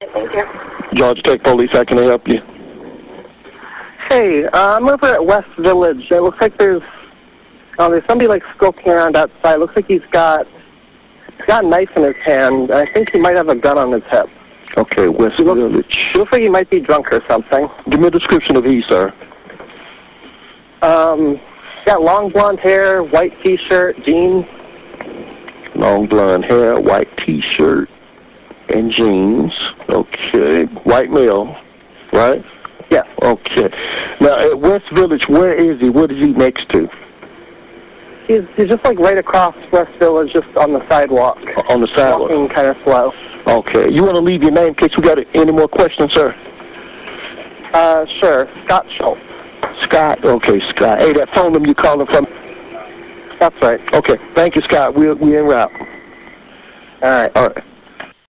Thank you. Georgia Tech Police, how can I help you? Hey, uh, I'm over at West Village. It looks like there's oh, there's somebody like skulking around outside. Looks like he's got he's got a knife in his hand. I think he might have a gun on his hip. Okay, West Look- Village. Looks like he might be drunk or something. Give me a description of he, sir. Um, he's got long blonde hair, white T-shirt, jeans. Long blonde hair, white T-shirt, and jeans. Okay, white male, right? Yes, Okay. Now at West Village, where is he? What is he next to? he's he's just like right across West Village, just on the sidewalk, On the sidewalk. walking kind of slow. Okay. You want to leave your name in case we got any more questions, sir? Uh, sure, Scott Schultz. Scott. Okay, Scott. Hey, that phone number you calling from? That's right. Okay. Thank you, Scott. We're we are en route. All right. All right.